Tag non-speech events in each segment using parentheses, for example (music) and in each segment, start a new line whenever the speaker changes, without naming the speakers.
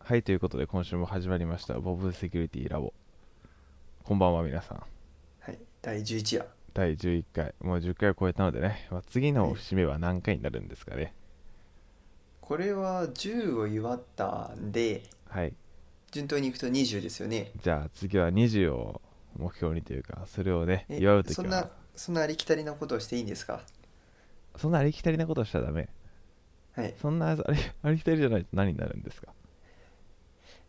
はい、ということで今週も始まりました、ボブセキュリティラボ。こんばんは、皆さん。
はい、第11夜。
第11回、もう10回を超えたのでね、まあ、次の
はい
節目は何回になるんですかね。
これは10を祝ったんで、
はい、
順当にいくと20ですよね。
じゃあ次は20を目標にというか、それをね、
え
祝うとき
そん
は
な、そんなありきたりなことをしていいんですか
そんなありきたりなことしちゃダメ。
はい。
そんなあり (laughs) ありきたりじゃないと何になるんですか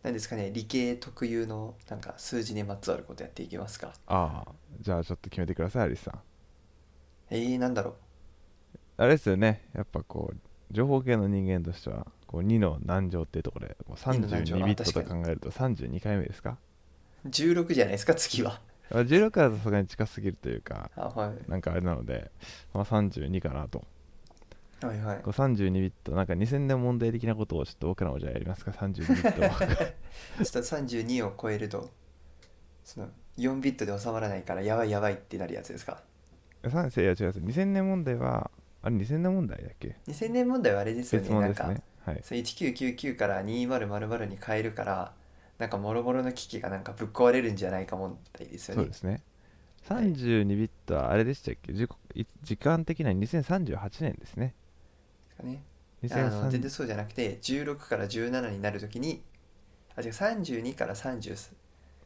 なんですかね、理系特有のなんか数字にまつわることやっていきますか
ああ、じゃあちょっと決めてください、アリスさん。
えー、なんだろう。
あれですよね、やっぱこう、情報系の人間としては、こう2の何乗っていうところで、もう
二の何乗
32ビットと
あ確か
考えると32回目ですか
16じゃないですか、次は。
まあ16からさすがに近すぎるというか、
あ、は
なんかあれなので、まあ、32かなと。
い。はいはい
こう。32ビット、なんか2000年問題的なことをちょっと僕らもじゃあやりますか、32ビットを。
ちょっと32を超えると、その4ビットで収まらないから、やばいやばいってなるやつですか (laughs)
三世いや違います。2000年問題は、あれ2000年問題だっけ
2000年問題はあれですよね
別問
な
で
ん
す
か
ね。はい。
そう1999から2000に変えるからなんかもろもろの機器がなんかぶっ壊れるんじゃないか問題ですよ
そう
ね
ですね。
はい
32ビットはあれでしたっけ時刻い時間的には2038年ですね。
ねあの全然
2038
そうじゃなくて16から17になるときにあ違う32から30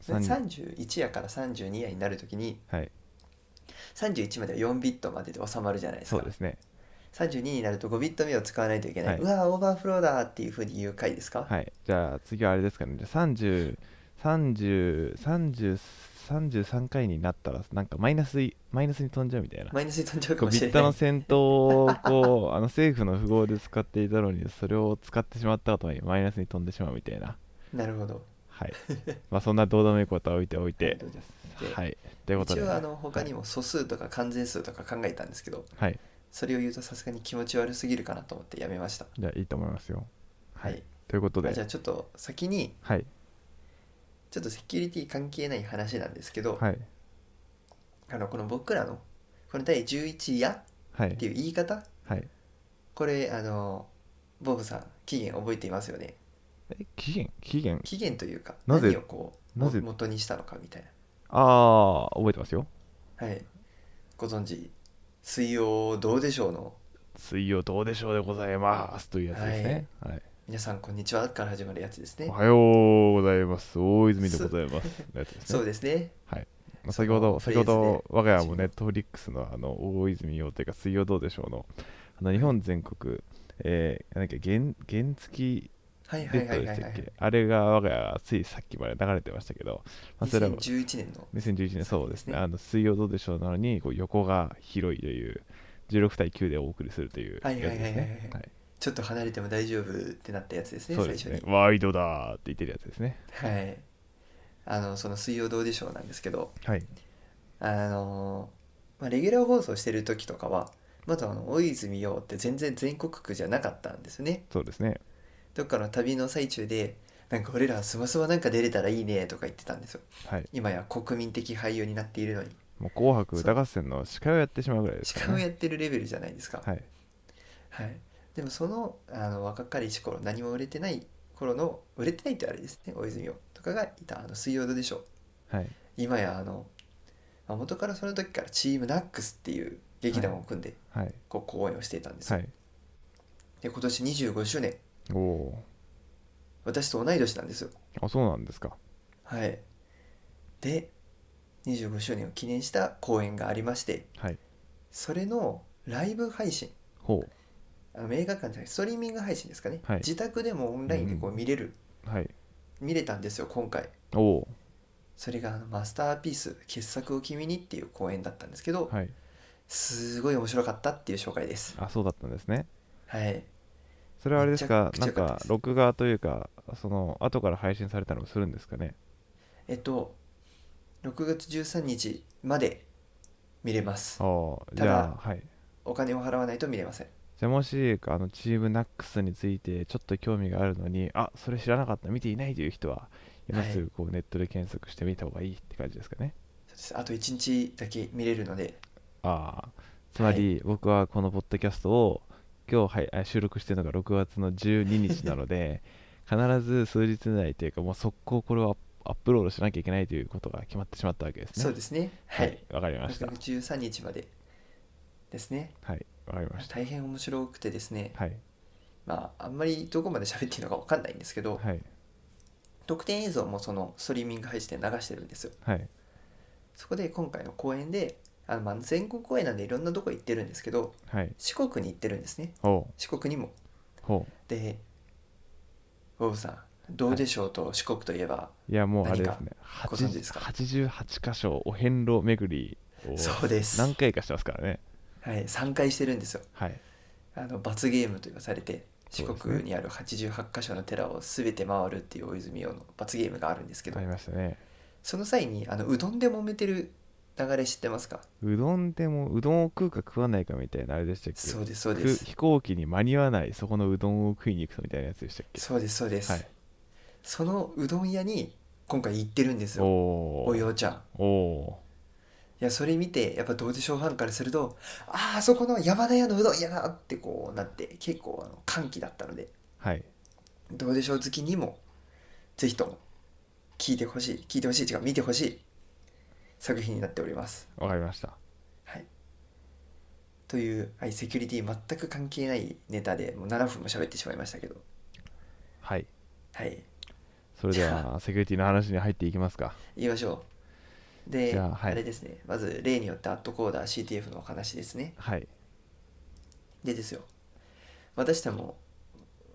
31やから32やになるときに
はい、
31までは4ビットまでで収まるじゃないです
そ
か
うですね。
32になると5ビット目を使わないといけない、
はいう
わーオーバーフローだーっていうふうに言う回ですか、
はい、じゃあ次はあれですかね。じゃあ30、30、30、33回になったら、なんかマイナスい、マイナスに飛んじゃうみたいな。
マイナスに飛んじゃうか
こう
も
ビ
しれ
ッ
な
ト
い
の戦闘を (laughs) こうあの政府の富豪で使っていたのにそれを使ってしまった後にマイナスに飛んでしまうみたいな
(laughs) なるほど (laughs)
はいまあそんな堂々めいことは置いておいて
なるほどですで
はいということで
一応あの他にも素数とか関税数とか考えたんですけど、
はい
それを言うとさすがに気持ち悪すぎるかなと思ってやめました
じゃあいいと思いますよは、
はいい
ということ
あじゃ
で
あちょっと先に
はい
ちょっとセキュリティ関係ない話なんですけど、
はい
あのこの僕らのこの第11夜
は
って
い
いう言い方
はい
これあのボブさん期限覚えていますよね
え期限期限
期限というか
なぜ
何をこう
なぜ
も元にしたのかみたい
ああ覚えてますよ
なはいご存知水曜どうでしょうの
水曜どうでしょうでございますというやつですね、はい
皆さんこんにちはから始まるやつですね
おはようございます大泉でございますのやつですね
そうですね
まあ先ほど、
そ
先
の
ほど、我が家も
自分
ネットフリックスのあの大泉洋というか、水曜どうでしょうの、あの日本全国、えー、なんだっけ、原原付
はい
ベ
はい
ッ
は
ド
い
で
は
したっ
い、はい
け、あれが我が家はついさっきまで流れてましたけど、まあ、それは
2011年の
2011年、そうですね、
そうですね
あの水曜どうでしょうなのに、こう横が広いという、16対9でお送りするというや
は
つ
いはいはい
ですね。
はい
はい
ちょっと離れても大丈夫ってなったやつですね
そうです
最
ね、
初に
ワイドだーって言ってるやつですね。
はいあのその「水曜どうでしょう」なんですけど
はい、
あの、まあ、レギュラー放送してる時とかはまだあの大泉洋って全然全国区じゃなかったんですね
そうですね。
どっかの旅の最中でなんか俺らスマスマなんか出れたらいいねとか言ってたんですよ
はい、
今や国民的俳優になっているのに
もう紅白歌合戦の司会をやってしまうぐらいです
し
から
かも
ね。
やってるレベルじゃないですか
はい、
はい、でもそのあの若かりし頃何も売れてない頃の売れてないってあれですね大泉洋とかがいたあの水曜どうでしょう
はい、
今やあの、まあ、元からその時からチームナックスっていう劇団を組んで
はい、
こう公演をしていたんですよ、
はい。
で今年25周年
おおー。
私と同い年なんですよ
あそうなんですか
はいで25周年を記念した公演がありまして
はい
それのライブ配信
ほ
あの映画館じゃなくてストリーミング配信ですかね、
はい
自宅でもオンラインでこう見れる、
うはい
見れたんですよ今回
おお
それがあのマスターピース傑作を君にっていう公演だったんですけど、
はい
すごい面白かったっていう紹介です
あそうだったんですね
はい
それはあれですか
めち
な
ゃ
ん
くちゃ良かった
か
です
録画というかその後から配信されたりもするんですかね
えっと6月13日まで見れます
ああじ
ただ
ゃあはい
お金を払わないと見れません
じゃあもしあのチームナックスについてちょっと興味があるのにあそれ知らなかった見ていないという人は今
はい
すぐこうネットで検索してみた方がいいって感じですかね、
そうですあと1日だけ見れるので
ああつまり僕はこのポッドキャストを今日、はい、あ収録してるのが6月の12日なので必ず数日内というかもう速攻これをアップロードしなきゃいけないということが決まってしまったわけですね
そうですね。はい。
わかりました
6月13日までですね。
はいわかりました
大変面白くてですね、
はい
まあ、あんまりどこまで喋っていいのか分かんないんですけど、
はい
特典映像もそのストリーミング配信で流してるんですよ。
はい
そこで今回の公演で、あのまあ全国公演なんでいろんなとこ行ってるんですけど、
はい
四国に行ってるんですね。
ほう
四国にも。
ほ
で、ボブさん、どうでしょうと四国といえば、
ういやもうあれです
何
ね
ご存知ですか
80 88箇所お遍路巡りを
そうです。
何回かしてますからね
はい、3回してるんですよ。
はい
あの罰ゲームと言わされて
そ
四
うですね
国にある88箇所の寺を全て回るっていう大泉洋の罰ゲームがあるんですけど、
ありましたね
その際にあのうどんで揉めてる流れ知ってますか
うどんでもうどんを食うか食わないかみたいなあれでしたっけ
そうですそうです
く飛行機に間に合わないそこのうどんを食いに行くみたいなやつでしたっけ
そうですそうです、
はい
そのうどん屋に今回行ってるんです
お
よお
お
ようちゃんい
おお
やそれ見てやっぱどうでしょうファンからするとあーあそこの山田屋のうどん屋だってこうなって結構あの歓喜だったので
ーはい
どうでしょう好きにもぜひとも聞いてほしい聞いてほしい違う見てほしい作品になっております
わかりました
はい、という、はい、セキュリティ全く関係ないネタでもう7分も喋ってしまいましたけど、
はい
はい、
それで
じゃ
はセキュリティの話に入っていきますか
言いましょう。で、
じゃ
あ
あはい
れですね、まず例によってアットコーダー CTF のお話ですね。
はい
でですよ、私たちも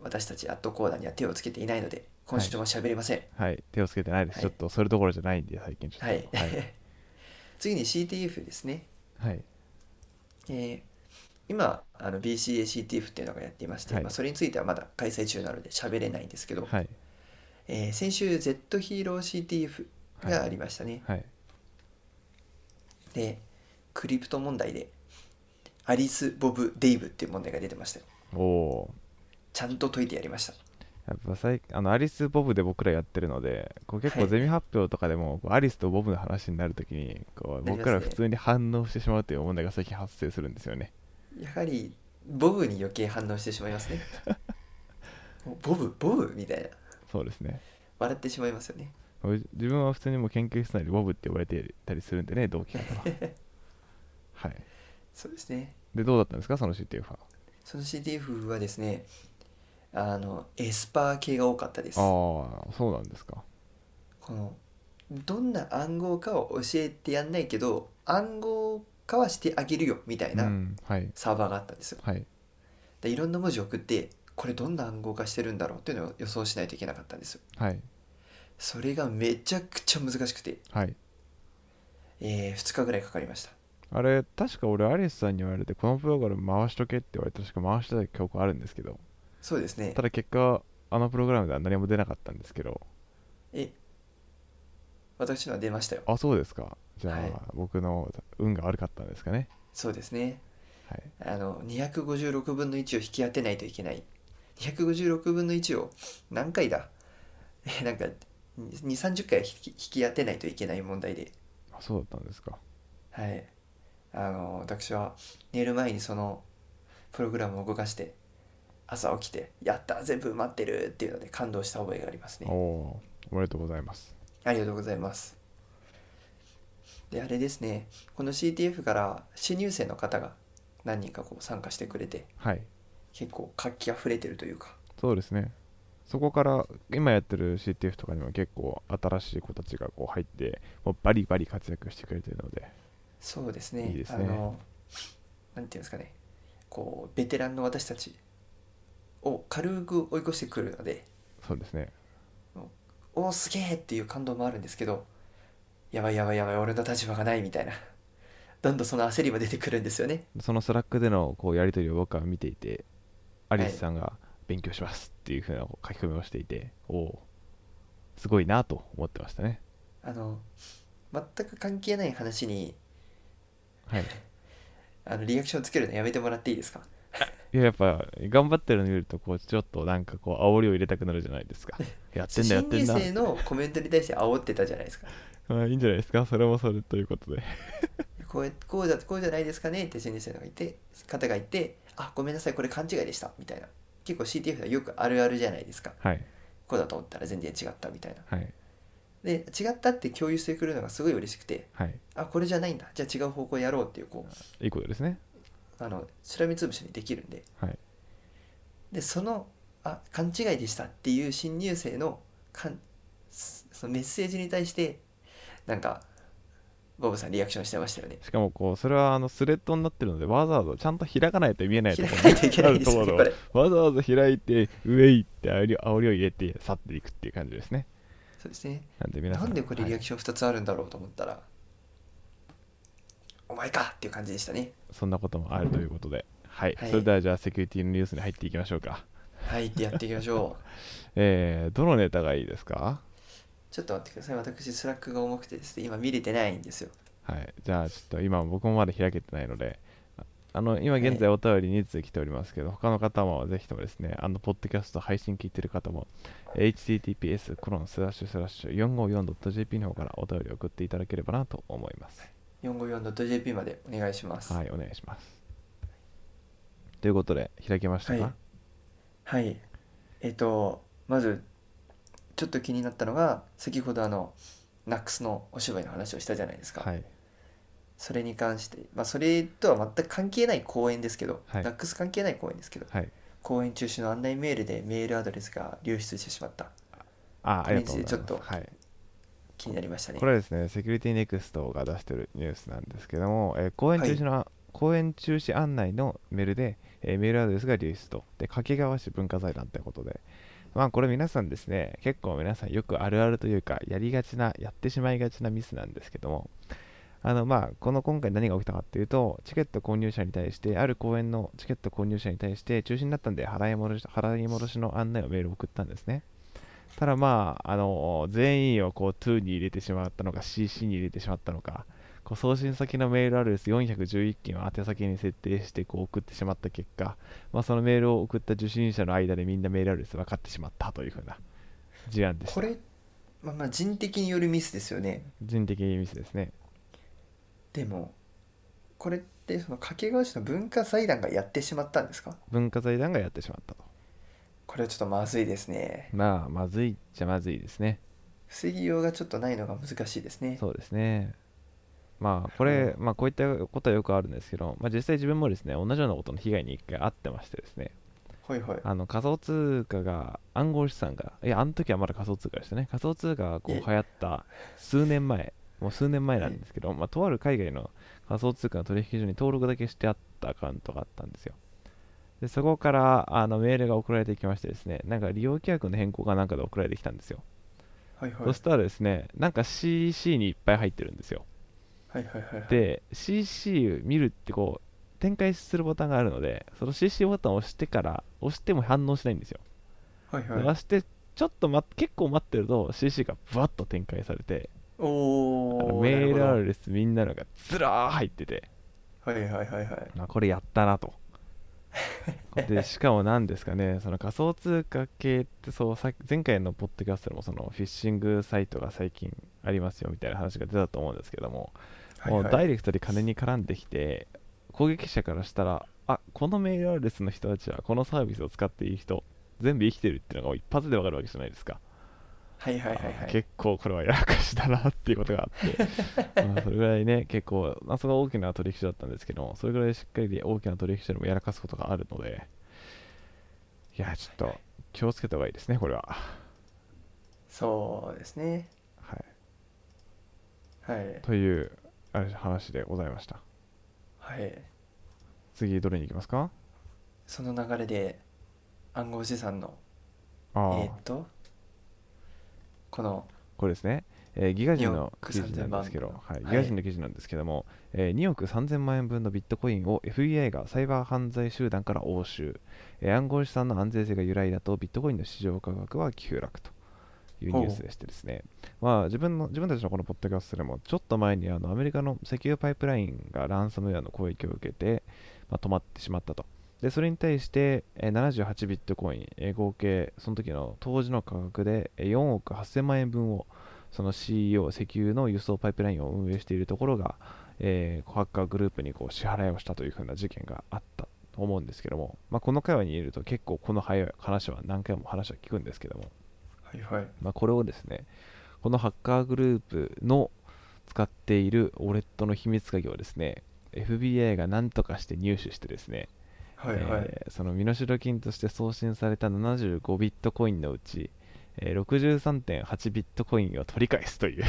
私たちアットコーダーには手をつけていないので、今週も喋れません。
はい手をつけてないです、
はい
ちょっとそれどころじゃないんで最近ちょっと
はい。
はい、
(laughs) 次に CTF ですね。 (laughs)
はい
えー今あの BCACTF っていうのがやっていまして、
はい
まあ、それについてはまだ開催中なので喋れないんですけど、
はい
えー先週 Z ヒーロー CTF がありましたね、
はい
でクリプト問題でアリス・ボブ・デイブっていう問題が出てましたよ
おお
ちゃんと解いてやりました
ーやっぱ最あのアリス・ボブで僕らやってるのでこう結
は
構
い
ゼミ発表とかでも、こうアリスとボブの話になるときにこう
なりますね
僕ら普通に反応してしまうという問題が最近発生するんですよね
やはりボブに余計反応してしまいますねもうボブボブみたいな
そうですね
笑ってしまいますよね
自分は普通にもう研究室内でボブって呼ばれてたりするんでね同
(laughs)
期からははい
そうですね
でどうだったんですかその CTF は
その CTF はですねあのエスパー系が多かったです
ああそうなんですか
このどんな暗号かを教えてやんないけど暗号化はしてあげるよみたいうなん
はい
サーバーがあったんですよ、
はい
でいろんな文字を送ってこれどんな暗号化してるんだろうっていうのを予想しないといけなかったんですよ
はい
それがめちゃくちゃ難しくて、
はい
え2日ぐらいかかりました
あれ確か俺アリスさんに言われてこのプログラム回しとけって言われて確か回してた記憶あるんですけど
そうですね
ただ結果あのプログラムでは何も出なかったんですけど
え私のは出ましたよ
あそうですかじゃあ、
はい
僕の運が悪かったんですかね
そうですね
はい
あの256分の1を引き当てないといけない256分の1を何回だ (laughs) えなんか230回引き引き当てないといけない問題で
あそうだったんですか
はい、あの私は寝る前にそのプログラムを動かして朝起きて「やった全部埋まってる!」っていうので感動した覚えがあります
お
ね
おーおめでとうございます
ありがとうございますであれですねこの CTF から新入生の方が何人かこう参加してくれて
はい
結構活気あふれてるというか
そうですねそこから今やってる CTF とかにも結構新しい子たちがこう入ってもうバリバリ活躍してくれてるので
そうですね
いいですね
あのなんていうんですかねこうベテランの私たちを軽く追い越してくるので
そうですね
おーすげえっていう感動もあるんですけどやばいやばいやばい俺の立場がないみたいなどんどんその焦りも出てくるんですよね
そのスラックでのこうやり取りを僕は見ていてアリスさんが勉強しますっていうふうなこう書き込みをしていておおすごいなと思ってましたね
あの全く関係ない話に
はい
あのリアクションつけるのやめてもらっていいですか
いややっぱ頑張ってるの見るとこうちょっとなんかこう煽りを入れたくなるじゃないです
(laughs)
かやってんだやっ
新
てん
入
だ
生のコメントに対して煽ってたじゃないですか
まあいいんじゃないですかそれもそれということで
こうこうだこうじゃないですかねって新入生の方がいて方がいてあごめんなさいこれ勘違いでしたみたいな結構 CTF ではよくあるあるじゃないですか
はい
こうだと思ったら全然違ったみたいな
はい
で違ったって共有してくれるのがすごい嬉しくて
はい
あこれじゃないんだじゃあ違う方向やろうっていうこう
いいことですね
あのしらみつぶしにできるんで
はい
でそのあ勘違いでしたっていう新入生のかんすそのメッセージに対してなんかボブさんリアクションしてましたよね
しかもこうそれはあのスレッドになってるのでわざわざちゃんと開かないと見えないと
開
ころ
かないといけないです
あ
よ
る
ね
とこ
こ
ろ
れ
わざわざ開いて上行ってあおり煽りを入れて去っていくっていう感じですね
そうですね
なんで皆さん
なんでこれリアク
シ
ション2つあるんだろうと思ったら、お前かっていう感じでしたね
ョンそんなこともあるということではい、
はい
それではじゃあセキュリティのニュースに入っていきましょうか
はいってやっていきまし
(laughs)
ょう
えー、どのネタがいいですか
ちょっと待ってください私スラックが重くてですね今見れてないんですよ
はいじゃあちょっと今僕もまだ開けてないのでああの今現在お便り2通来ておりますけど、他の方もぜひともですねあのポッドキャスト配信聞いてる方も https コロンスラッシュスラッシュ 454.jp の方からお便りを送っていただければなと思います
454.jp までお願いします
はいお願いしますということで開けましたか、
はいはいえっ、とまずちょっと気になったのが先ほどあのナックスのお芝居の話をしたじゃないですか、
はい、
それに関して、まあ、それとは全く関係ない公演ですけど、
はい
ナックス関係ない公演ですけど
はい、
公演中止の案内メールでメールアドレスが流出してしまった
あありがとうございます
ちょっと
はい、
気になりましたね
これはですねセキュリティネクストが出してるニュースなんですけども、えー公演中止の、公演中止案内のメールで、えーメールアドレスが流出とで掛川市文化財団ということでまあこれ皆さんですね結構皆さんよくあるあるというかやりがちなやってしまいがちなミスなんですけどもあのまあこの今回何が起きたかっていうとチケット購入者に対してある公演のチケット購入者に対して中止になったんで払い戻し払い戻しの案内をメールを送ったんですねただまあ、あの全員をこう2に入れてしまったのか CC に入れてしまったのかこう送信先のメールアドレス411件を宛先に設定してこう送ってしまった結果、まあ、そのメールを送った受信者の間でみんなメールアドレス分かってしまったというふうな事案でし
こ
た
れ、まあ、まあ人的によるミスですよね
人的ミスですね
でもこれってその掛川市の文化財団がやってしまったんですか
文化財団がやってしまったと
これはちょっとまずいですね
まあまずいっちゃまずいですね
防ぎようがちょっとないのが難しいですね
そうですね。まあこれ、まあこういったことはよくあるんですけど、まあ、実際自分もですね同じようなことの被害に一回遭ってましてですね
はいはい
あの仮想通貨が暗号資産がいやあの時はまだ仮想通貨でしたね仮想通貨がこう
え
流行った数年前もう数年前なんですけど、まあ、とある海外の仮想通貨の取引所に登録だけしてあったアカウントがあったんですよでそこからあのメールが送られてきましてですねなんか利用規約の変更かなんかで送られてきたんですよ、
はいはい
そしたらですねなんか CC にいっぱい入ってるんですよ
はいはいはいはい
で CC 見るってこう展開するボタンがあるのでその CC ボタンを押してから押しても反応しないんですよ、
はいは
押
い
してちょっと、ま、結構待ってると CC がブワッと展開されてあの
おお
メールア
あ
ドレスみんなのがずらー入ってて、
はいはいはいはい
まあ、これやったなと (laughs) でしかも何ですかねその仮想通貨系ってそうさ前回のポッドキャストでもそのフィッシングサイトが最近ありますよみたいな話が出たと思うんですけども、
はい
もうダ
はい
イレクトに金に絡んできて攻撃者からしたらあこのメールアドレスの人たちはこのサービスを使っていい人全部生きてるっていうのが一発でわかるわけじゃないですか、
はいはいはい
あ
はい
結構これはやらかしだなっていうことがあって
(laughs)
まあそれぐらいね結構、まあ、それが大きな取引所だったんですけどもそれぐらいしっかり大きな取引所でもやらかすことがあるのでいやちょっと気をつけた方がいいですねこれは
そうですね
はい
はい
というあれ話でございました
はい
次どれに行きますか
その流れで暗号資産の
あ
え
あ、
ーっとこの
これですね、えーギガ人
2
の
億
記事なんですけど、
3000
はい、ギ
はい
ガ人の記事なんですけども、えー2億3000万円分のビットコインを FBI がサイバー犯罪集団から押収、えー暗号資産の安全性が由来だとビットコインの市場価格は急落と。いうニュースでしてですね、まあ、自分の自分たちのこのポッドキャストでもちょっと前にあのアメリカの石油パイプラインがランサムウェアの攻撃を受けて、まあ、止まってしまったとでそれに対して、えー78ビットコイン、えー合計その時の当時の価格でえー4億8000万円分をその CEO 石油の輸送パイプラインを運営しているところが、えー、ハッカーグループにこう支払いをしたというふうな事件があったと思うんですけども、まあ、この会話にいると結構この話は何回も話は聞くんですけども
はいはい
まあ、これをですねこのハッカーグループの使っているウォレットの秘密鍵をですね FBI が何とかして入手してですね、
はいはい
えーその身代金として送信された75ビットコインのうち、えー63.8ビットコインを取り返すという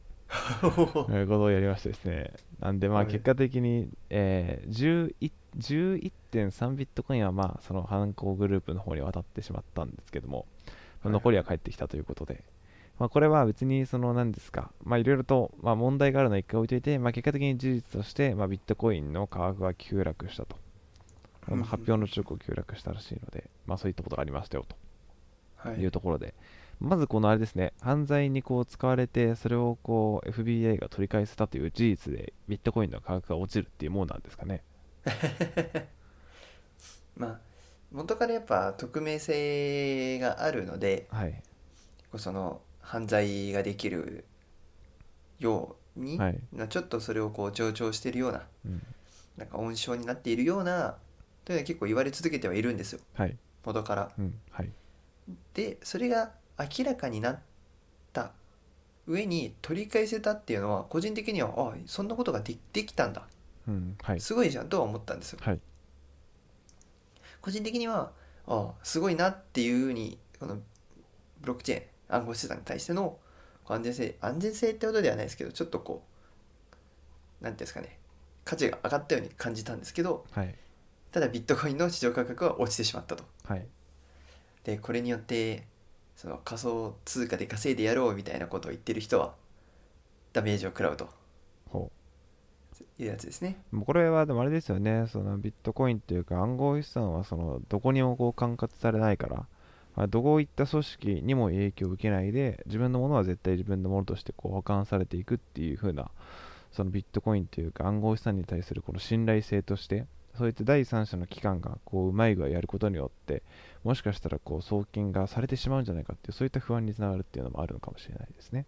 (laughs) お
(laughs) えーことをやりましてですねなんでま
は
あ
い
結果的に、えー11 11.3ビットコインはまあその犯行グループの方に渡ってしまったんですけども、まあ
はい
残りは返ってきたということで、まあ、これは別にその何ですかまあいろいろとまあ問題があるのは一回置いといて、まあ、結果的に事実としてまあビットコインの価格が急落したと、まあ
うんうん
発表の直後急落したらしいので、まあ、そういったことがありましたよと
はい
いうところで、まずこのあれですね、犯罪にこう使われて、それをこう FBI が取り返せたという事実で、ビットコインの価格が落ちるっていうものなんですかね。
まあ元からやっぱ匿名性があるので
はい。
その犯罪ができるように、
はい。
なちょっとそれをこう冗長してるような
うん、
なんか温床になっているようなというのは結構言われ続けてはいるんですよ
はい。
元から。
うん。はい。
でそれが明らかになった上に取り返せたっていうのは個人的にはあそんなことがでできたんだ
うん。はい。
すごいじゃんとは思ったんですよ。
はい。
個人的にはあすごいなっていうふうにこのブロックチェーン暗号資産に対してのこう安全性安全性ってことではないですけどちょっとこう何ていうんですかね価値が上がったように感じたんですけど
はい。
ただビットコインの市場価格は落ちてしまったと。
はい。
でこれによってその仮想通貨で稼いでやろうみたいなことを言ってる人はダメージを食らうと
ほ
いうやつですね。
う。もうこれはでもあれですよね、そのビットコインっていうか暗号資産はそのどこにもこう管轄されないから、まあ、どこ行った組織にも影響を受けないで、自分のものは絶対自分のものとしてこう保管されていくっていう風な、そのビットコインというか暗号資産に対するこの信頼性として、そういった第三者の機関がこううまい具合やることによって、もしかしたらこう送金がされてしまうんじゃないかっていう、そういった不安につながるっていうのもあるのかもしれないですね。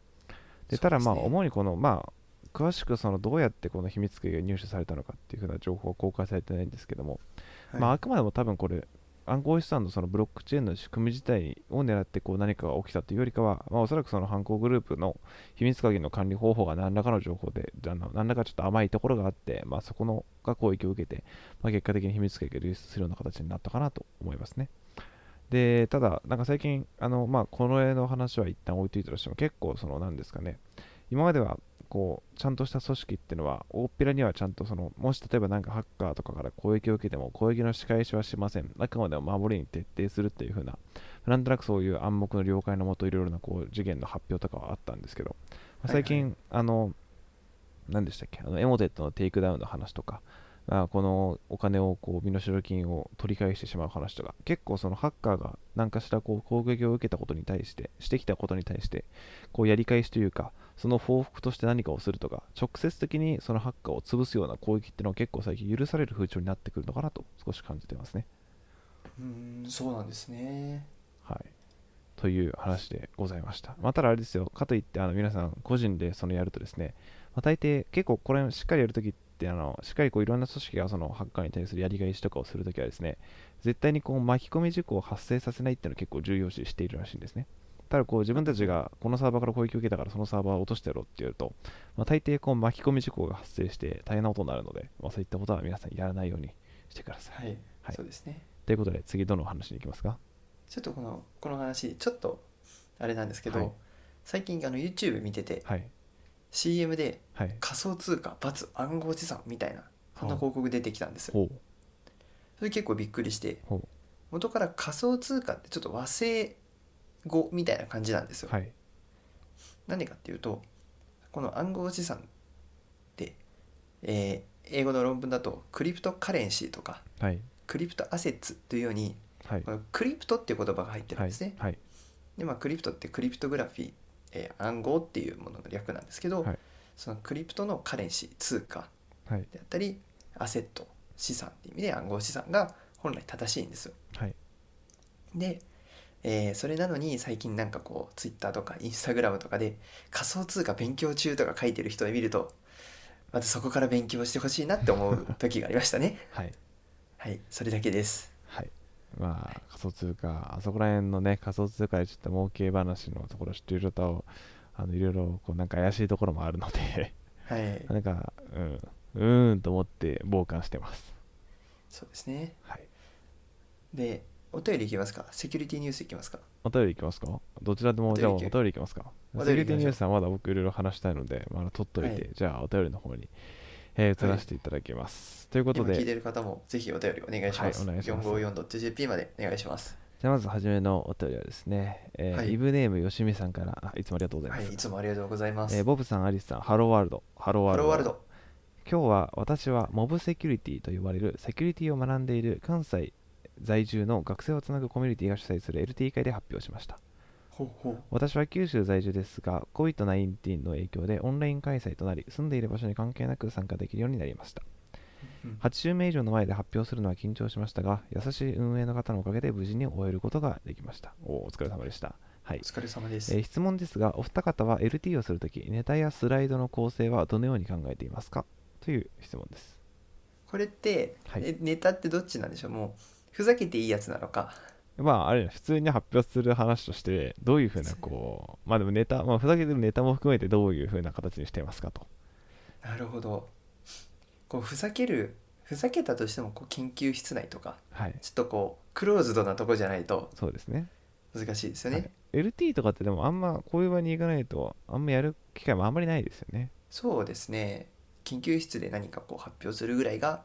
でただまあ
そうですね
主にこのまあ詳しくそのどうやってこの秘密鍵が入手されたのかっていうふうな情報は公開されてないんですけども、まあ、あくまでも多分これ暗号資産のそのブロックチェーンの仕組み自体を狙ってこう何かが起きたというよりかは、まあ、おそらくその犯行グループの秘密鍵の管理方法が何らかの情報であの何らかちょっと甘いところがあって、まあ、そこのが攻撃を受けて、まあ、結果的に秘密鍵が流出するような形になったかなと思いますね。でただ、なんか最近、あのまあ、この絵の話は一旦置いといたとしても、結構、その、なんですかね、今まではこうちゃんとした組織っていうのは大っぴらにはちゃんとそのもし例えばなんかハッカーとかから攻撃を受けても攻撃の仕返しはしませんあくまでも守りに徹底するっていう風ななんとなくそういう暗黙の了解のもといろいろなこう次元の発表とかはあったんですけどまあ
はいはい
最近、あの何でしたっけあのエモテットのテイクダウンの話とかあこのお金をこう身代金を取り返してしまう話とか結構そのハッカーが何かしらこう攻撃を受けたことに対してしてきたことに対してこうやり返しというかその報復として何かをするとか直接的にそのハッカーを潰すような攻撃っていうのは結構最近許される風潮になってくるのかなと少し感じてますね。
うーんそうなんですね。
はい、という話でございました。まあ、ただあれですよ、かといってあの皆さん個人でそのやるとですね、まあ、大抵結構これをしっかりやるときってあのしっかりこういろんな組織がそのハッカーに対するやり返しとかをするときはですね、絶対にこう巻き込み事故を発生させないっていうのを結構重要視しているらしいんですね。ただこう自分たちがこのサーバーから攻撃を受けたからそのサーバーを落としてやろうってやると、まあ、大抵こう巻き込み事故が発生して大変なことになるので、まあ、そういったことは皆さんやらないようにしてください。
はい、
はい
そうですね。
ということで次どのお話に行きますか
ちょっとこのこの話ちょっとあれなんですけど、
はい
最近あの YouTube 見てて
はい。
CM で
はい。
仮想通貨×暗号資産みたいなそん
は
な
あ
広告出てきたんですよ。
ほう。
それ結構びっくりして
ほう。
元から仮想通貨ってちょっと和製語みたいな感じなんですよ。
はい。
何かっていうとこの暗号資産って、えー英語の論文だとクリプトカレンシーとか
はい。
クリプトアセッツというように
はい
こ。のクリプトっていう言葉が入ってるんですね。
はい。
でまあクリプトってクリプトグラフィー、えー暗号っていうものの略なんですけど、
はい
そのクリプトのカレンシー通貨
はい。
であったりアセット資産っていう意味で暗号資産が本来正しいんですよ。
はい。
で、えーそれなのに最近なんかこう Twitter とか Instagram とかで仮想通貨勉強中とか書いてる人を見るとまたそこか
(laughs)
ら勉強してほしいなって思う時がありましたね。
はい。
はいそれだけです。
はい。まあ、仮想通貨、あそこら辺のね、仮想通貨でちょっと儲け話のところ知ってる方を、あのいろいろこうなんか怪しいところもあるので、
(laughs) はい
なんか、うん、うーんと思って傍観してます。
そうですね
はい。
でお便りいきますかセキュリティニュースいきますか
お便りいきますかどちらでも、じゃあ
お
お
便りいけ
便りいきますか
お
セ
便
キュ
り
リテ
いき
ィニ
ましょう
ュースはまだ僕いろいろ話したいので、まだ取っといて、
はい
じゃあお便りの方に、えー移らせていただきます。ということ
今聞い
で、
てる方もぜひお便りお願いします,、
はいお願いします
454.jp までお願いします
じゃあまず初めのお便りはですね、えー
はい
イブネームよしみさんから、あいつもありがとうございま
は
す。
いいつもありがとうございます、
えーボブさん、アリスさん、ハローワールド、ハローワ
ハ
ールド。
ローワールド
今日は私はモブセキュリティと呼ばれるセキュリティを学んでいる関西在住の学生をつなぐコミュニティが主催する LT 会で発表しました。
ほうほう
私は九州在住ですが COVID-19 の影響でオンライン開催となり住んでいる場所に関係なく参加できるようになりました
うん
80名以上の前で発表するのは緊張しましたが優しい運営の方のおかげで無事に終えることができましたおお疲れ様でしたはい
お疲れ様です、
えー質問ですがお二方は LT をするときネタやスライドの構成はどのように考えていますかという質問です
これって、
はい
えネタってどっちなんでしょうもうふざけていいやつなのか
まああれ普通に発表する話としてどういうふうなこうまあでもネタ、まあ、ふざけてるネタも含めてどういうふうな形にしてますかと
なるほどこうふざけるふざけたとしてもこう研究室内とか
はい
ちょっとこうクローズドなとこじゃないと
そうですね
難しいですよね、
はい LT とかってでもあんまこういう場に行かないとあんまやる機会もあんまりないですよね
そうですね研究室で何かこう発表するぐらいが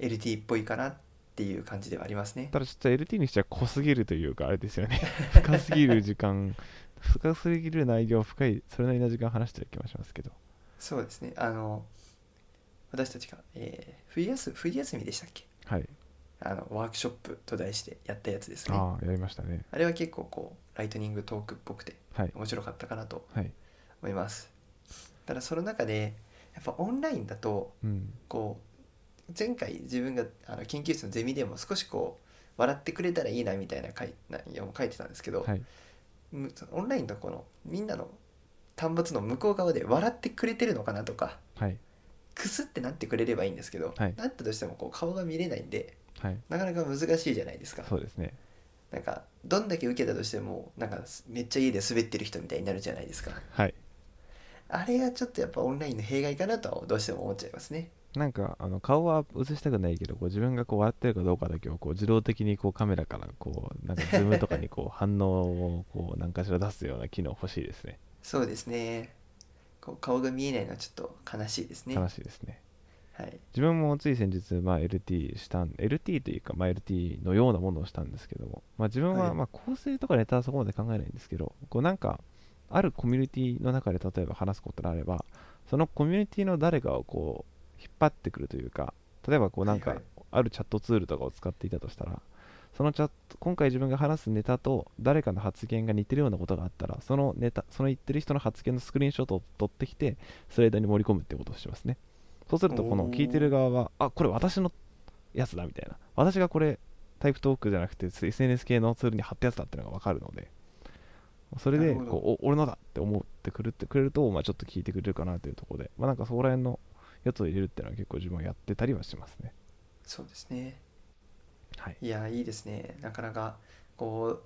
LT っぽいかなっていう感じではありますね
ただちょっと LT にしては濃すぎるというかあれですよね (laughs) 深すぎる時間深すぎる内容深いそれなりの時間話してる気もしますけど
そうですねあの私たちが、えー冬休冬休みでしたっけ
はい
あのワークショップと題してやったやつですねあ
ああやりましたね
れは結構こうライトニングトークっぽくて
はい
面白かったかなと
はい
思いますただその中でやっぱオンラインだと
うん
こう前回自分があの研究室のゼミでも少しこう笑ってくれたらいいなみたいな回内容も書いてたんですけど、
はい
むそのオンラインのこのみんなの端末の向こう側で笑ってくれてるのかなとか
はい
クスってなってくれればいいんですけど、
はい
なったとしてもこう顔が見れないんで
はい
なかなか難しいじゃないですか
そうですね
なんかどんだけ受けたとしてもなんかすめっちゃ家で滑ってる人みたいになるじゃないですか
はい
あれがちょっとやっぱオンラインの弊害かなとはどうしても思っちゃいますね
なんかあの顔は映したくないけどこう自分がこう笑ってるかどうかだけをこう自動的にこうカメラからこうなんかズームとかにこう反応をこう何かしら出すような機能欲しいですね
そうですねこう顔が見えないのはちょっと悲しいですね
悲しいですね
はい
自分もつい先日、まあ、LT したん LT というか、まあ、LT のようなものをしたんですけども、まあ、自分
は
はいまあ構成とかネタはそこまで考えないんですけどこうなんかあるコミュニティの中で例えば話すことがあればそのコミュニティの誰かをこう引っ張ってくるというか例えばこうなん
はい
か
はい
あるチャットツールとかを使っていたとしたらそのチャット今回自分が話すネタと誰かの発言が似てるようなことがあったらそのネタその言ってる人の発言のスクリーンショットを撮ってきてスライドに盛り込むってことをしますねそうするとこの
おー
聞いてる側はあこれ私のやつだみたいな私がこれタイプトークじゃなくて SNS 系のツールに貼ったやつだっていうのが分かるのでそれ
な
で
るほど
こうお俺のだって思ってくれてくれると、まあ、ちょっと聞いてくれるかなというところで、まあ、なんかそこら辺のやつを入れるっていうのは結構自分はやってたりはしますね
そうですね
はい
いやいいですねなかなかこ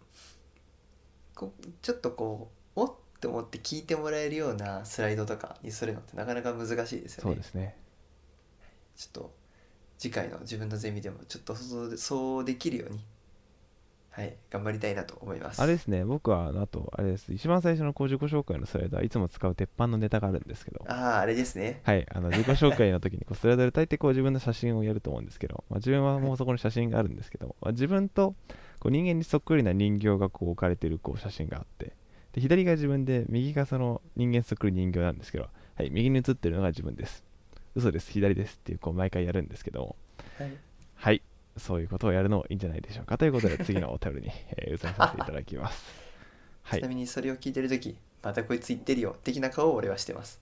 うこうちょっとこうおっって思って聞いてもらえるようなスライドとかにするのってなかなか難しいですよ
そう
ね
ですね
ちょっと次回の自分のゼミでもちょっとそうそうできるようにはい頑張りたいなと思います
あれですね僕はあのあとあれです一番最初のこう自己紹介のスライドはいつも使う鉄板のネタがあるんですけど
あーあれですね
はい、あの自己紹介の時にこうスライドで大抵こう自分の写真をやると思うんですけど、まあ、自分はもうそこに写真があるんですけど、まあ、自分とこう人間にそっくりな人形がこう置かれてるこう写真があってで左が自分で右がその人間そっくり人形なんですけど、はい、右に写ってるのが自分です嘘です左ですっていうこう毎回やるんですけど
はい
はいそういうことをやるのいいんじゃないでしょうかということで次のお便りに、えー移らさせていただきますは、
ちないみにそれを聞いてる時またこいつ言ってるよ的な顔を俺はしてます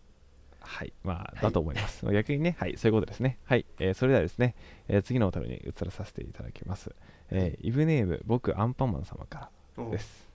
はい、ま
は
あ
い
だと思います、まあ逆にねはいそういうことですねはい、えーそれではですね、えー次のお便りに移らさせていただきます、えーイブネーム僕アンパンマン様から
おう
です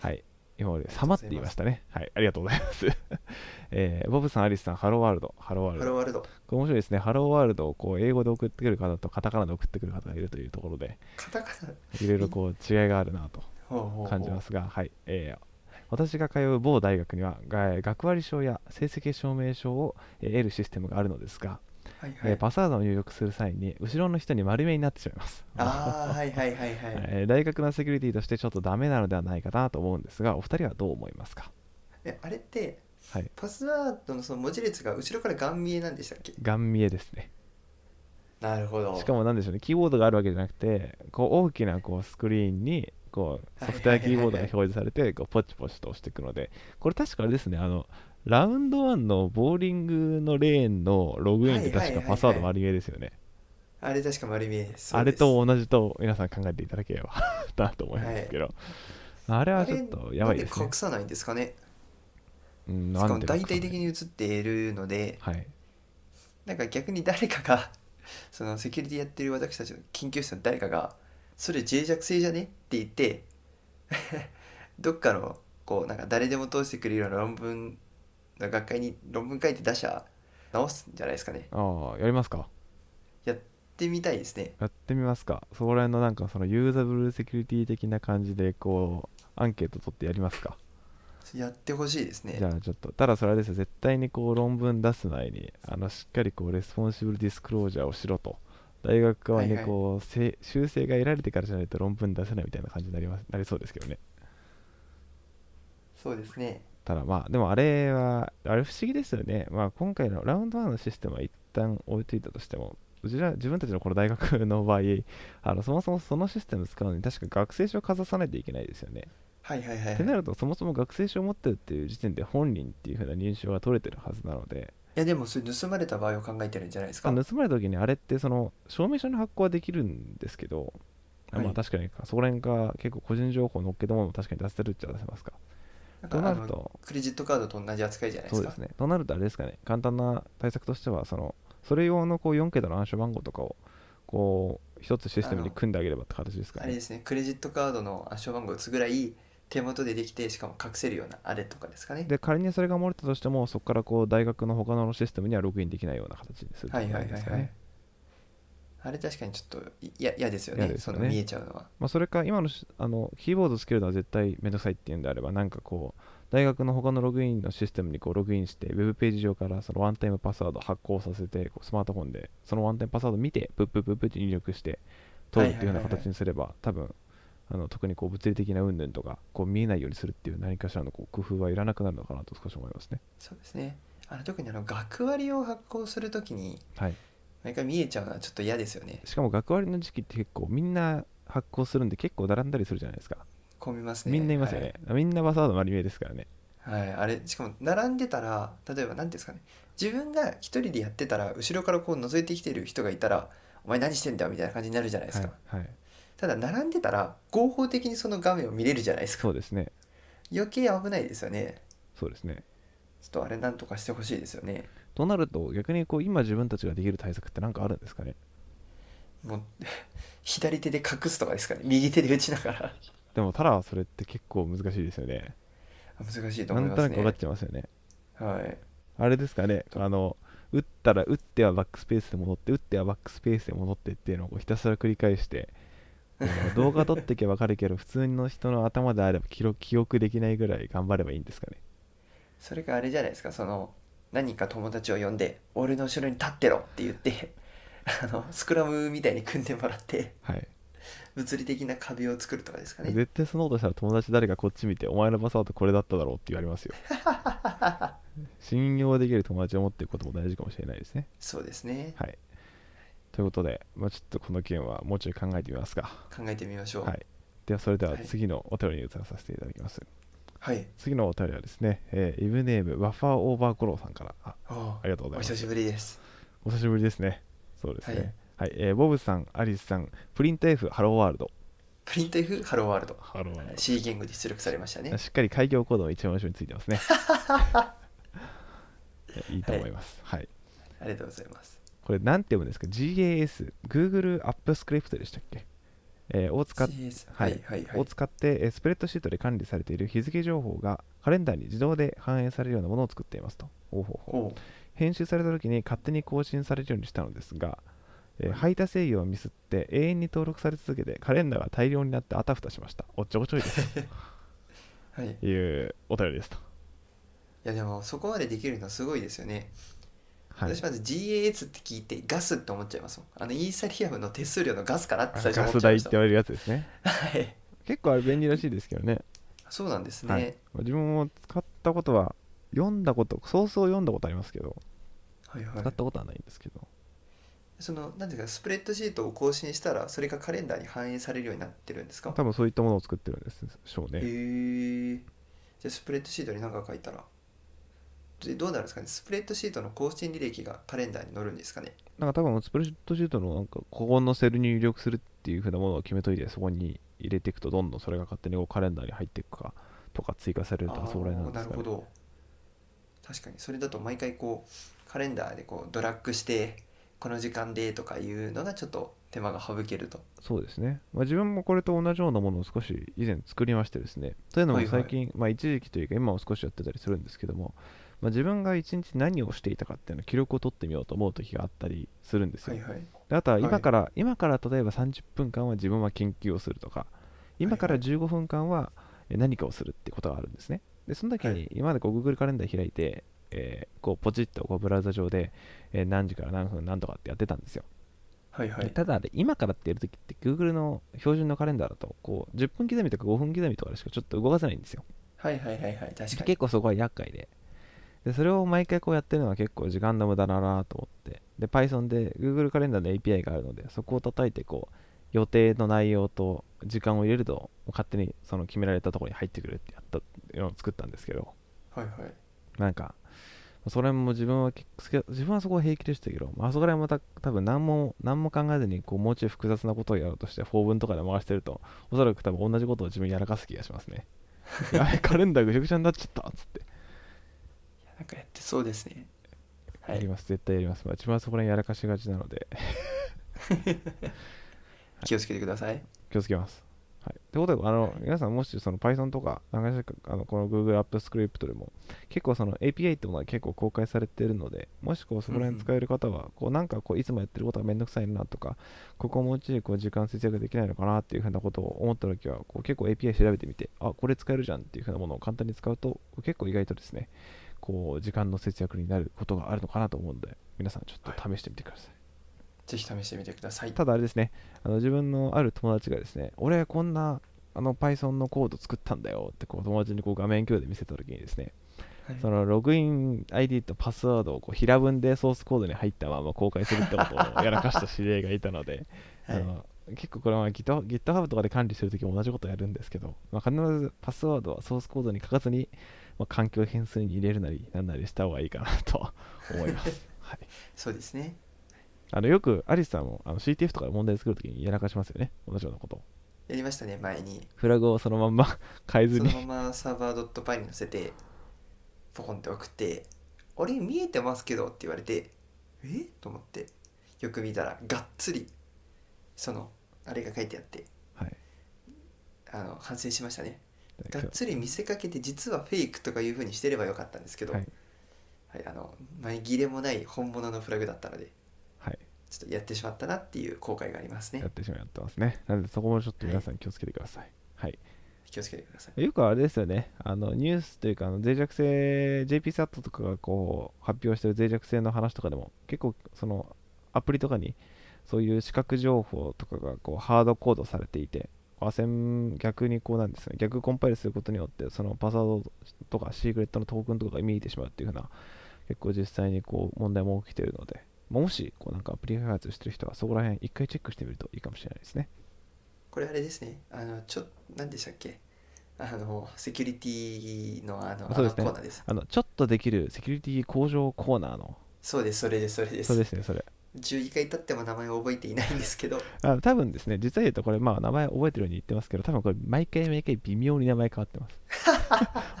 はい、今俺様って言いましたねはいありがとうございます、 (laughs) えーボブさんアリスさんハローワールドハローワール
ハ
ド
ローワールド。
これ面白いですねハローワールドをこう英語で送ってくる方とカタカナで送ってくる方がいるというところで
カタカナ。
いろいろこう違いがあるなと
ほうほうほう
感じま。すが、はいえー私が通う某大学にはが学割証や成績証明書をえー得るシステムがあるのですが、
はい
え
は
ー
い。
パスワードを入力する際に後ろの人に丸めになってしまいます。
ああ、はいはいはいはい。
えー大学のセキュリティとしてちょっとダメなのではないかなと思うんですがお二人はどう思いますか
え、あれって、
はい
パスワードのその文字列が後ろからガン見えなんでしたっけ
顔見えですね
なるほど。
しかも何でしょうねキーボードがあるわけじゃなくてこう大きなこうスクリーンにこうソフトウェアキーボードが表示され
(laughs)
てこうポチポチと押していくのでこれ確かあれですねあのラウンド1のボーリングのレーンのログインって
はいは
確
いはい
か
はい
パスワード丸見えですよね
あれ確か丸見えです。そう
あれ
です
と同じと皆さん考えていただけれ
(laughs)
ばなと思いますけど、あれ
あ
は
れ
ちょっとやばいです
なん
ね
隠さないんですかね。
うん
し
な
か
ん
も
で
大体
隠
的
さ
に映っているので、
ないはい
なんか逆に誰かが (laughs) そのセキュリティやってる私たちの研究室の誰かが「それ脆弱性じゃね?」って言って (laughs) どっかのこうなんか誰でも通してくれるような論文の学会に論文書いて出しゃ直すんじゃないですかね
ああやりますか
やってみたいですね
やってみますかそこら辺のなんかそのユーザブルセキュリティ的な感じでこうアンケート取ってやりますか
やってほしいですね
じゃあちょっとただそれあれですよ絶対にこう論文出す前にあのしっかりこうレスポンシブルディスクロージャーをしろと大学側
はい
に
はい
こう、せ修正が得られてからじゃないと論文出せないみたいな感じになりますなりそうですけどね
そうですね
ただまあでもあれはあれ不思議ですよねまあ今回のラウンド1のシステムは一旦置いといたとしてもうちら自分たちのこの大学の場合あのそもそもそのシステム使うのに確か学生証をかざさないといけないですよね
はいはいはい
っ
は
て
い
なるとそもそも学生証を持ってるっていう時点で本人っていう風な認証が取れてるはずなので
いやでもそれ盗まれた場合を考えてるんじゃないですか
盗まれた時にあれってその証明書の発行はできるんですけど、あ
は
ま
い
あ確かにそこら辺が結構個人情報乗っけたものも確かに出せるっちゃ出せますか
なん
と
か
な
あ
る
の
と
クレジットカードと同じ扱いじゃないで
そう
す
で
か
すねとなるとあれですかね簡単な対策としてはそのそれ用のこう4桁の暗証番号とかをこう一つシステムに組んであげればって形ですか
あれ
ね
ですね、クレジットカードの暗証番号を打つぐらい手元でできて、しかも隠せるようなあれとかですかね。
で仮にそれが漏れたとしてもそこからこう大学の他のシステムにはログインできないような形にする
はいはい
って
は
こ
い
と
は
なん
い
ですかね。
あれ確かにちょっといや嫌ですよ
嫌
ね、
です
そ
よね
の見えちゃうのは。
まあ、それか今のしあのキーボードつけるのは絶対めんどくさいっていうんであればなんかこう大学の他のログインのシステムにこうログインしてウェブページ上からそのワンタイムパスワード発行させてこうスマートフォンでそのワンタイムパスワード見てブッブッブッブッって入力して取るっていうような
はいはいはいはい
形にすれば多分あの特にこう物理的な云々とかこう見えないようにするっていう何かしらのこう工夫はいらなくなるのかなと少し思いますね。
そうですね。あの特にあの学割を発行するときに、
はい、
毎回見えちゃうのはちょっと嫌ですよね。
しかも学割の時期って結構みんな発行するんで結構並んだりするじゃないですか。
こう見ますね。
みんないますよね。みんなパスワード丸見えですからね。
はい。はい。あれ、しかも並んでたら、例えば何ですかね、自分が一人でやってたら、後ろからこう覗いてきてる人がいたら、お前何してんだよみたいな感じになるじゃないですか。
はいはい、
ただ、並んでたら、合法的にその画面を見れるじゃないですか
そ。うですね。
余計危ないですよね
そうですね。
ちょっとあれなんとかしてほしいですよね
となると逆にこう今自分たちができる対策って何かあるんですかね
もう (laughs) 左手で隠すとかですかね右手で打ちながら (laughs)
でもただそれって結構難しいですよね。
難しいと
な
思
ん
いま
と
す
なく分か
ね
っちゃいますよね。
はい
あれですかねあの打ったら打ってはバックスペースで戻って打ってはバックスペースで戻ってっていうのをこうひたすら繰り返してこ
(laughs)
う動画撮ってけば分かるけど普通の人の頭であれば記録記憶できないぐらい頑張ればいいんですかね
それかあれじゃないですかその何人か友達を呼んで「俺の後ろに立ってろ」って言って (laughs) あのスクラムみたいに組んでもらって
はい
物理的な壁を作るとかですかね
絶対そのことしたら友達誰かこっち見てお前のパスワードこれだっただろうって言われますよ (laughs) 信用できる友達を持っていくことも大事かもしれないですね
そうですね
はい。ということで、まあ、ちょっとこの件はもうちょい考えてみますか。
考えてみましょう
はい。では、それでは
はい
次のお便りに移らさせていただきます。
はい
次のお便りはですね、えーイブネーム、ワッファーオーバーコローさんから。あ
あ
ありがとうござ
お
い
久
ます。
しぶりです
お久しぶりですね。そうですね。はい、えーボブさん、アリスさん、プリント F、ハローワールド。
プリント F ハローワールド
ハローワール
C 言語で出力されましたね
ド。しっかり開業コードの一番後ろについて (laughs) ますね。いいと思います。はい。
ありがとうございます
これ、なんて読むんですか ?GAS、Google App Script でしたっけえーを使っ
CS
は
はいいはいはい
を使って、えースプレッドシートで管理されている日付情報がカレンダーに自動で反映されるようなものを作っていますと。おうほうほう
おう
編集された時に勝手に更新されるようにしたのですが、えー配達制御をミスって永遠に登録され続けてカレンダーが大量になってあたふたしました。おっちょこちょいです (laughs)
はいい
というお便りですと。
やでもそこまでできるのはすごいですよね
はい、
私まず GAS って聞いてガスって思っちゃいますもんあのイーサリアムの手数料のガスかなって
あ
最初
ガ
思っ
ス
ちゃ
代っ
いましてた
言われるやつですね。
はい
結構あれ便利らしいですけどね。
そうなんですね、
はい自分も使ったことは、読んだこと、ソースを読んだことありますけど、
はいはい
使ったことはないんですけど。
その何ですかスプレッドシートを更新したらそれがカレンダーに反映されるようになってるんですか
多分そういったものを作ってるんでしょう
へ
ね。
えじゃあスプレッドシートに何か書いたらでどうなるんですかねスプレッドシートの更新履歴がカレンダーに載るんですかね
なんか多分スプレッドシートのなんかここのセルに入力するっていう風なものを決めといてそこに入れていくとどんどんそれが勝手にこうカレンダーに入っていくかとか追加されるとか
あー
そこら辺なんで
な
す
る
か
ほ
ね。
ど確かにそれだと毎回こうカレンダーでこうドラッグしてこの時間でとかいうのがちょっと手間が省けると
そうですね。まあ、自分もこれと同じようなものを少し以前作りましてですね。というのも
はいはい
最近、まあ一時期というか今も少しやってたりするんですけども、まあ、自分が一日何をしていたかっていうのを記録を取ってみようと思う時があったりするんですよ。
はいはい
であとは今
はい
から、今から例えば30分間は自分は研究をするとか今から
はい
15分間はえ何かをするってことがあるんですねでその時
は
に今までこう Google カレンダー開いて、えーこうポチッとこうブラウザ上で、えー何時から何分何とかってやってたんですよ、
はいは
で
い
ただあれ今からってやる時って Google の標準のカレンダーだとこう10分刻みとか5分刻みとかでしかちょっと動かせないんですよ
はいはいはいはい確かに
結構そこは厄介ででそれを毎回こうやってるのは結構時間の無駄だなと思ってで Python で Google カレンダーの API があるのでそこを叩いてこう予定の内容と時間を入れると勝手にその決められたところに入ってくるってやったのを作ったんですけど
はいはい
なんかそれも自分は結構自分はそこは平気でしたけど、まあそこら辺また多分何も何も考えずにこうもうちょい複雑なことをやろうとして法文とかで回してるとおそらく多分同じことを自分やらかす気がしますね
(laughs)
やべカレンダーぐちゃぐちゃになっちゃったっつって
なんかやってそうですねは
やり
い
ます、絶対やります。まあ、自分はそこら辺やらかしがちなので、
気をつけてください
気をつけます。はい、ってことで、あの、
はい
皆さんもしその Python とか、なんかしらあのこの Google App Script でも、結構その API ってものは結構公開されてるので、もしこうそこら辺使える方は、こうなんかこういつもやってることがめんどくさいなとか、ここもうちょいこう時間節約できないのかなっていうふうなことを思った時は、こう結構 API 調べてみて、あ、これ使えるじゃんっていうふうなものを簡単に使うと、結構意外とですね、こう時間の節約になることがあるのかなと思うので、皆さんちょっと試してみてください。
ぜひ試してみてください
ただあれですねあの自分のある友達がですね俺こんなあの Python のコード作ったんだよってこう友達にこう画面共有で見せた時にですね
はい
そのログイン ID とパスワードをこう平文でソースコードに入ったまま公開するってことをやらかした知り合いがいたので、
(laughs) はい
あの結構これは Git- GitHub とかで管理してる時も同じことやるんですけど、まあ、必ずパスワードはソースコードに書かずに、まあ、環境変数に入れるなりなんなりした方がいいかなと思い
(laughs)
ます。はい
そうですね
あのよくアリスさんもあの CTF とかで問題作るときにやらかしますよね。同じようなことを。
やりましたね前に
フラグをそのまん (laughs) ま変えず
そ
に
の。ままサーバー .py に載せてポコンって送って「あれ見えてますけど」って言われて「えと思ってよく見たらがっつりそのあれが書いてあって
はい。
あの反省しましたねがっつり見せかけて実はフェイクとかいうふうにしてればよかったんですけど、
は
はいい。あの前切れもない本物のフラグだったので
はい。
ちょっとやってしまったなっていう後悔があります
やっ
ね
てしまってますね。なのでそこもちょっと皆さん気をつけてください。はい。
気をつけてください
よくあれですよね。あのニュースというか、あの脆弱性、JPSAT とかがこう発表してる脆弱性の話とかでも、結構そのアプリとかにそういう視覚情報とかがこうハードコードされていて、アセン逆にこうなんですね、逆コンパイルすることによって、そのパスワードとかシークレットのトークンとかが見えてしまうっていうふうな、結構実際にこう問題も起きているので、まあもしこうなんかアプリ開発してる人は、そこら辺一回チェックしてみるといいかもしれないですね。
これあれですねあのちょ何でしたっけあのセキュリティのあの
そうで
あの
す
コ
ね
ーナーです
あの、ちょっとできるセキュリティ向上コーナーの、
そうですそれですそれで
そう
す
ですね、それ。
12回経っても名前を覚えていないんですけど
あ多分ですね、実は言うとこれ、まあ名前覚えてるように言ってますけど、多分これ毎回毎回微妙に名前変わってます。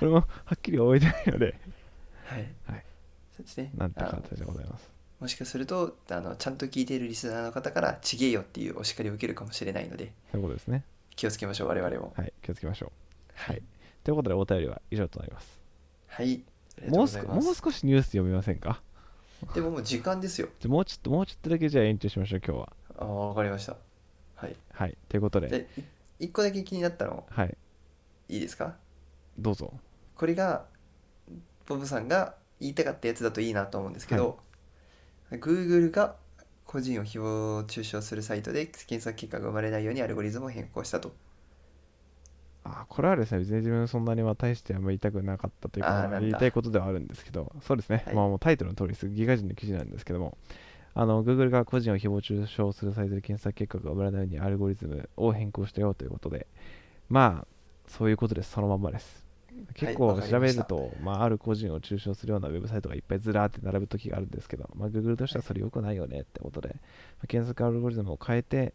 (laughs)
これもはっきり覚えてないので、
はい
はい
そうですね
なんて
あの
形でございます。
もしかするとあのちゃんと聞いているリスナーの方から「ちげえよ」っていうお叱りを受けるかもしれないので
そういうことですね。
気をつけましょう我々も
はい、気をつけましょう。
はい
ということで、お便りは以上となります。
はいありがとう
も
ご
うす
ざい
こ
ま
もう
す
少しニュース読みませんか
でももう時間ですよ
じゃもうちょっと、もうちょっとだけじゃあ延長しましょう、今日は。
ああわかりましたはい
はい、ということで、
でい一個だけ気になったの
はい、
いいですか
どうぞ。
これがボブさんが言いたかったやつだといいなと思うんですけど、Google が個人を誹謗中傷するサイトで検索結果が生まれないようにアルゴリズムを変更したと
あこれはですね、別に自分そんなには大してあんまり言いたくなかったという
あー
か
な、んだ
言いたいことではあるんですけど、そうですね、
はい
まあもうタイトルの通りです、ギガ人の記事なんですけども、あの Google が個人を誹謗中傷するサイトで検索結果が生まれないようにアルゴリズムを変更したよということで、まあ、そういうことです、そのまんまです。結
わ
構
かり
調
ま
べ
した
ると、まあ、ある個人を中傷するようなウェブサイトがいっぱいずらーって並ぶ時があるんですけど、まあ、Google としてはそれ良くないよねってことで、まあ検索アルゴリズムを変えて、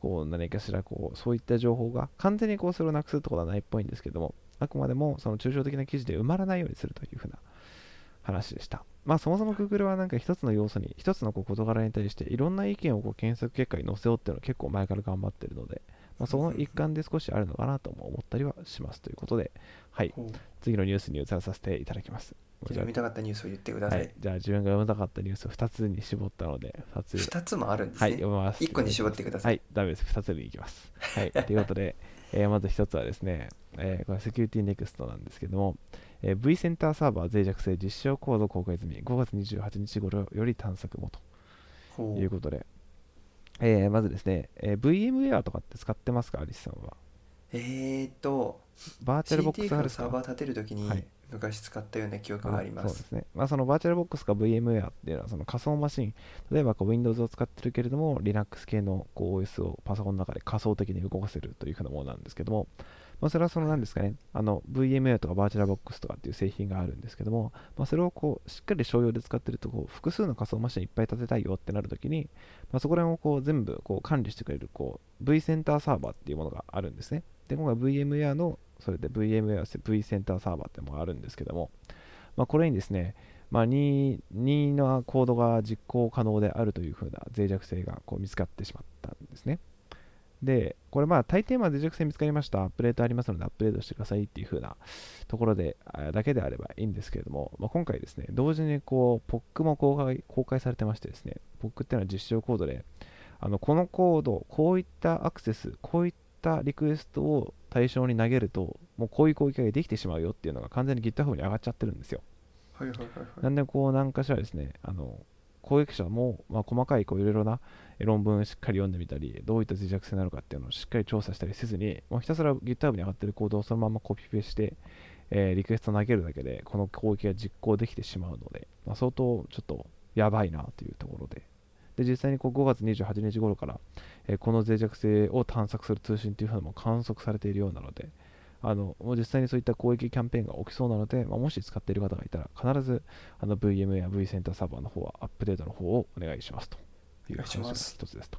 こう何かしらこうそういった情報が完全にこうそれをなくすってことはないっぽいんですけどもあくまでもその抽象的な記事で埋まらないようにするというふうな話でしたまあそもそも Google はなんか一つの要素に一つのこう事柄に対していろんな意見をこう検索結果に載せようっていうのは結構前から頑張ってるので、まあ、その一環で少しあるのかなとも思ったりはしますということではい次のニュースに移らさせていただきますじゃ
読
あ
みたかったニュースを言ってくだ
は
さい、
い、じゃあ自分が読みたかったニュースを2つに絞ったので2つ
2つもあるんです
はい、
ね、
読みます。
一個に絞ってください
はい、ダメです。二つに行きます。 (laughs) はい、ということで、えーまず一つはですね、えーこれセキュリティネクストなんですけども、えー V センターサーバー脆弱性実証コード公開済み、5月28日頃より探索もと
ほう
いうことで、えーまずですね、えー VMware とかって使ってますか、アリスさんは。
えーっと
バーチャルボック
CTF
スある
の
っすか
サーバー立てるときに
はい
昔使ったような記憶がありま、
そうですすね。まあ、そのバーチャルボックスか VMware っていうのはその仮想マシン、例えばこう Windows を使ってるけれども、Linux 系のこう OS をパソコンの中で仮想的に動かせるというふうなものなんですけども、まあ、それはその何ですかね、あの VMware とかバーチャルボックスとかっていう製品があるんですけども、まあ、それをこうしっかり商用で使ってるとこう複数の仮想マシンいっぱい立てたいよってなるときに、まあ、そこら辺をこう全部こう管理してくれるこう V センターサーバーっていうものがあるんですね。で、今回 VMware のそれで VMware V センターサーバーってものがあるんですけども、まあ、これにですね、まあ、任意なコードが実行可能であるというふうな脆弱性がこう見つかってしまったんですね。で、これまあ大抵まあ脆弱性見つかりました、アップデートありますのでアップデートしてくださいっていうふうなところであだけであればいいんですけれども、まあ、今回ですね、同時にこう POC も公開公開されてましてですね、POC っていうのは実証コードで、あのこのコード、こういったアクセス、こういったリクエストを対象に投げると、もうこういう攻撃ができてしまうよっていうのが完全に GitHub に上がっちゃってるんですよ。
はいはいはいは
ないんでこう何かしらですねあの攻撃者も、まあ、細かいこういろいろなえ論文をしっかり読んでみたりどういった脆弱性なのかっていうのをしっかり調査したりせずに、まあ、ひたすら GitHub に上がってるコードをそのままコピペして、えーリクエスト投げるだけでこの攻撃が実行できてしまうので、まあ、相当ちょっとやばいなというところでで実際にこう5月28日頃から、えーこの脆弱性を探索する通信というのも観測されているようなのであのもう実際にそういった攻撃キャンペーンが起きそうなので、まあ、もし使っている方がいたら必ずあの VM や V センターサーバーの方はアップデートの方をお願いしますという話
お
が
願いします
一つですと。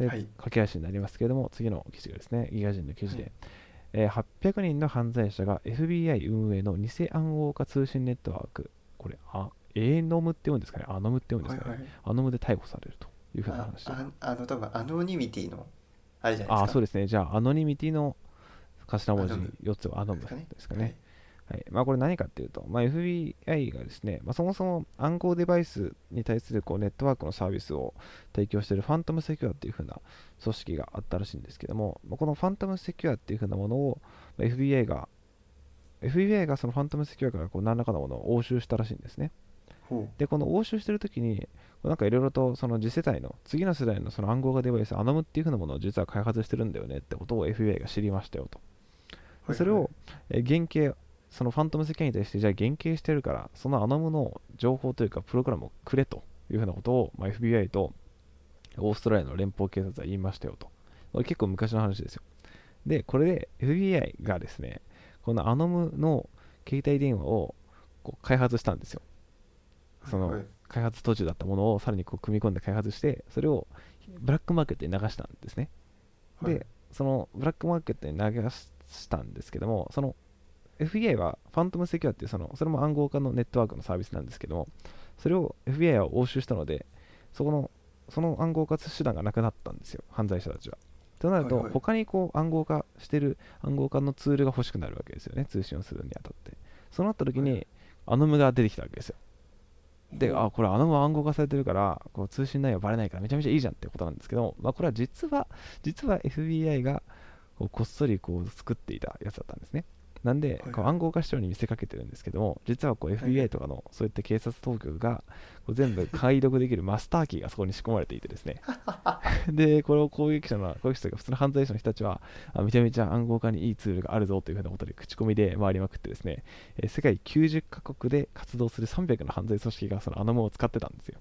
で
はい
駆け足になりますけれども、次の記事がですね、ギガ人の記事で、
はい
えー800人の犯罪者が FBI 運営の偽暗号化通信ネットワーク、これ、あ A ノムって読むんですかね、アノムって読むんですかね、
はいはい
アノムで逮捕されるというふうな
あ
話で
ああの多分アノニミティのあれじゃない
あ
で
あ、
す
そ
か
うですね、じゃあ、アノニミティの頭文字
アノム
4つはアノム
ですかね
ですかね。はいまあ、これ何かっていうと、まあ、FBI がですね、まあ、そもそも暗号デバイスに対するこうネットワークのサービスを提供しているファントムセキュアっていう風な組織があったらしいんですけども、まあ、このファントムセキュアっていう風なものをまあ FBI が FBI がそのファントムセキュアからこう何らかのものを押収したらしいんですね。
ほ
で、この押収してる時に、なんかいろいろとその次世代の、次の世代のその暗号化デバイス、アナムっていう風なものを実は開発してるんだよねってことを FBI が知りましたよと。
う
それを、えー原型そのファントム世界に対してじゃあ原型してるからそのアナムの情報というかプログラムをくれというふうなことを、まあ、FBI とオーストラリアの連邦警察は言いましたよとこれ結構昔の話ですよでこれで FBI がですねこのアナムの携帯電話をこう開発したんですよその
はいはい
開発途中だったものをさらにこう組み込んで開発してそれをブラックマーケットに流したんですね
はい
で、そのブラックマーケットに流したんですけども、その FBI はファントムセキュアっていうその、それも暗号化のネットワークのサービスなんですけども、それを FBI は押収したのでそこのその暗号化手段がなくなったんですよ犯罪者たちは。となると、
はいはい
他にこう暗号化してる暗号化のツールが欲しくなるわけですよね通信をするにあたってそうなった時に、
は
アノムが出てきたわけですよで
ほう
あこれアノムは暗号化されてるからこう通信内容バレないからめちゃめちゃいいじゃんってことなんですけど、まあ、これは実は実は FBI がこうこっそりこう作っていたやつだったんですねなんで
はい
こう暗号化したように見せかけてるんですけども実はこう
はい
FBI とかのそういった警察当局がこう全部解読できるマスターキーがそこに仕込まれていてですねでこれを攻撃者の攻撃者というか普通の犯罪者の人たちはあめちゃめちゃ暗号化にいいツールがあるぞというふうなことで口コミで回りまくってですね、えー世界90カ国で活動する300の犯罪組織がそのアノムを使ってたんですよ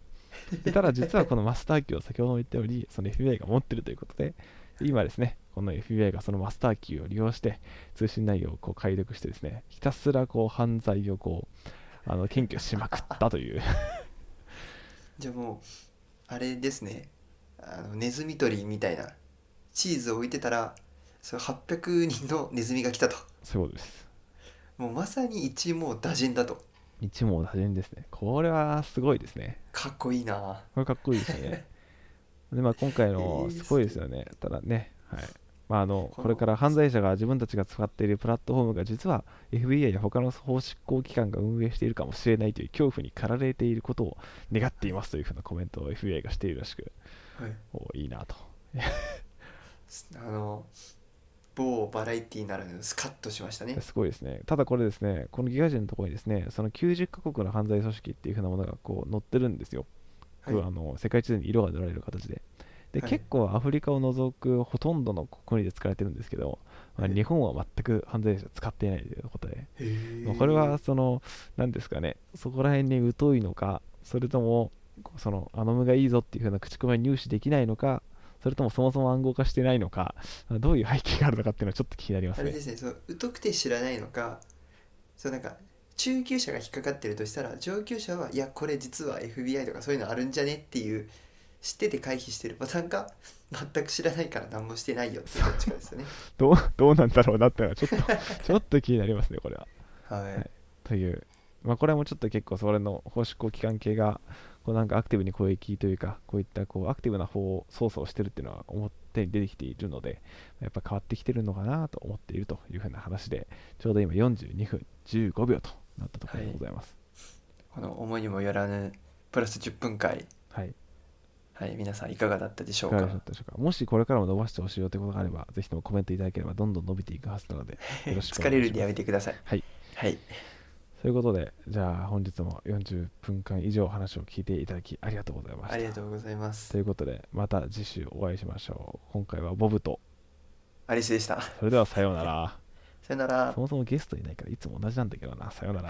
でただ実はこのマスターキーを先ほども言ったようにその FBI が持ってるということで今ですねこの FBI がそのマスターキーを利用して通信内容をこう解読してですねひたすらこう犯罪をこうあの検挙しまくったと
(laughs)
いう
じゃあもうあれですねあのネズミ捕りみたいなチーズを置いてたらそれ800人のネズミが来たと
そういうことです
もうまさに一網打尽だと
一網打尽ですねこれはすごいですね
かっこいいな
これかっこいいですよ
(laughs)
ねでまあ今回の
いいですす
ごいですよねただねはいまああの
この
これから犯罪者が自分たちが使っているプラットフォームが実は FBI や他の法執行機関が運営しているかもしれないという恐怖に駆られていることを願っていますというふうなコメントを FBI がしているらしく
はい
おいいなと
あの某バラエティならぬスカッとしましたね
すごいですね。ただこれですね、このギガ人のところにですね、その90カ国の犯罪組織っていう風なものがこう載ってるんですよ。
はい
こうあの世界地図に色が塗られる形で。で、
はい
結構アフリカを除くほとんどの国で使われてるんですけど、まあ
はい
日本は全く犯罪者使っていないということで、
へー
まあこれはその、何ですかね、そこら辺に疎いのか、それとも、そのアノムがいいぞっていう風な口コミは入手できないのか、それともそもそも暗号化してないのか、まあどういう背景があるのかっていうのはちょっと気になりま
あ
す
れ
ね
で。すねその疎くて知らないのかそうなんか中級者が引っかかってるとしたら上級者はいやこれ実は FBI とかそういうのあるんじゃねっていう知ってて回避してるパターンか全く知らないから何もしてないよってどっちかですよね
どうどうなんだろうなってのはちょっとちょっと気になりますねこれは。
(laughs) はい、
いという、まあ、これもちょっと結構それの法執行機関系がこうなんかアクティブに攻撃というかこういったこうアクティブな方操作をしてるっていうのは表に出てきているのでやっぱ変わってきてるのかなと思っているというふうな話でちょうど今42分15秒となったところでございます。
この思いにもよらぬプラス10分回
はい、い
はい皆さんいかがだったでしょう
かがでし
か
たでしょうかもしこれからも伸ばしてほしいよということがあればぜひともコメントいただければどんどん伸びていくはずなのでよろしくお
疲
願
れ
い
る
し
ん
ます
でやめてください
はい
はい
ということで、じゃあ本日も40分間以上話を聞いていただきありがとうございました。
ありがとうございます
ということで、また次週お会いしましょう。今回はボブと、
アリスでした
それではさようなら。
さよなら
そもそもゲストいないからいつも同じなんだけどな。さようなら。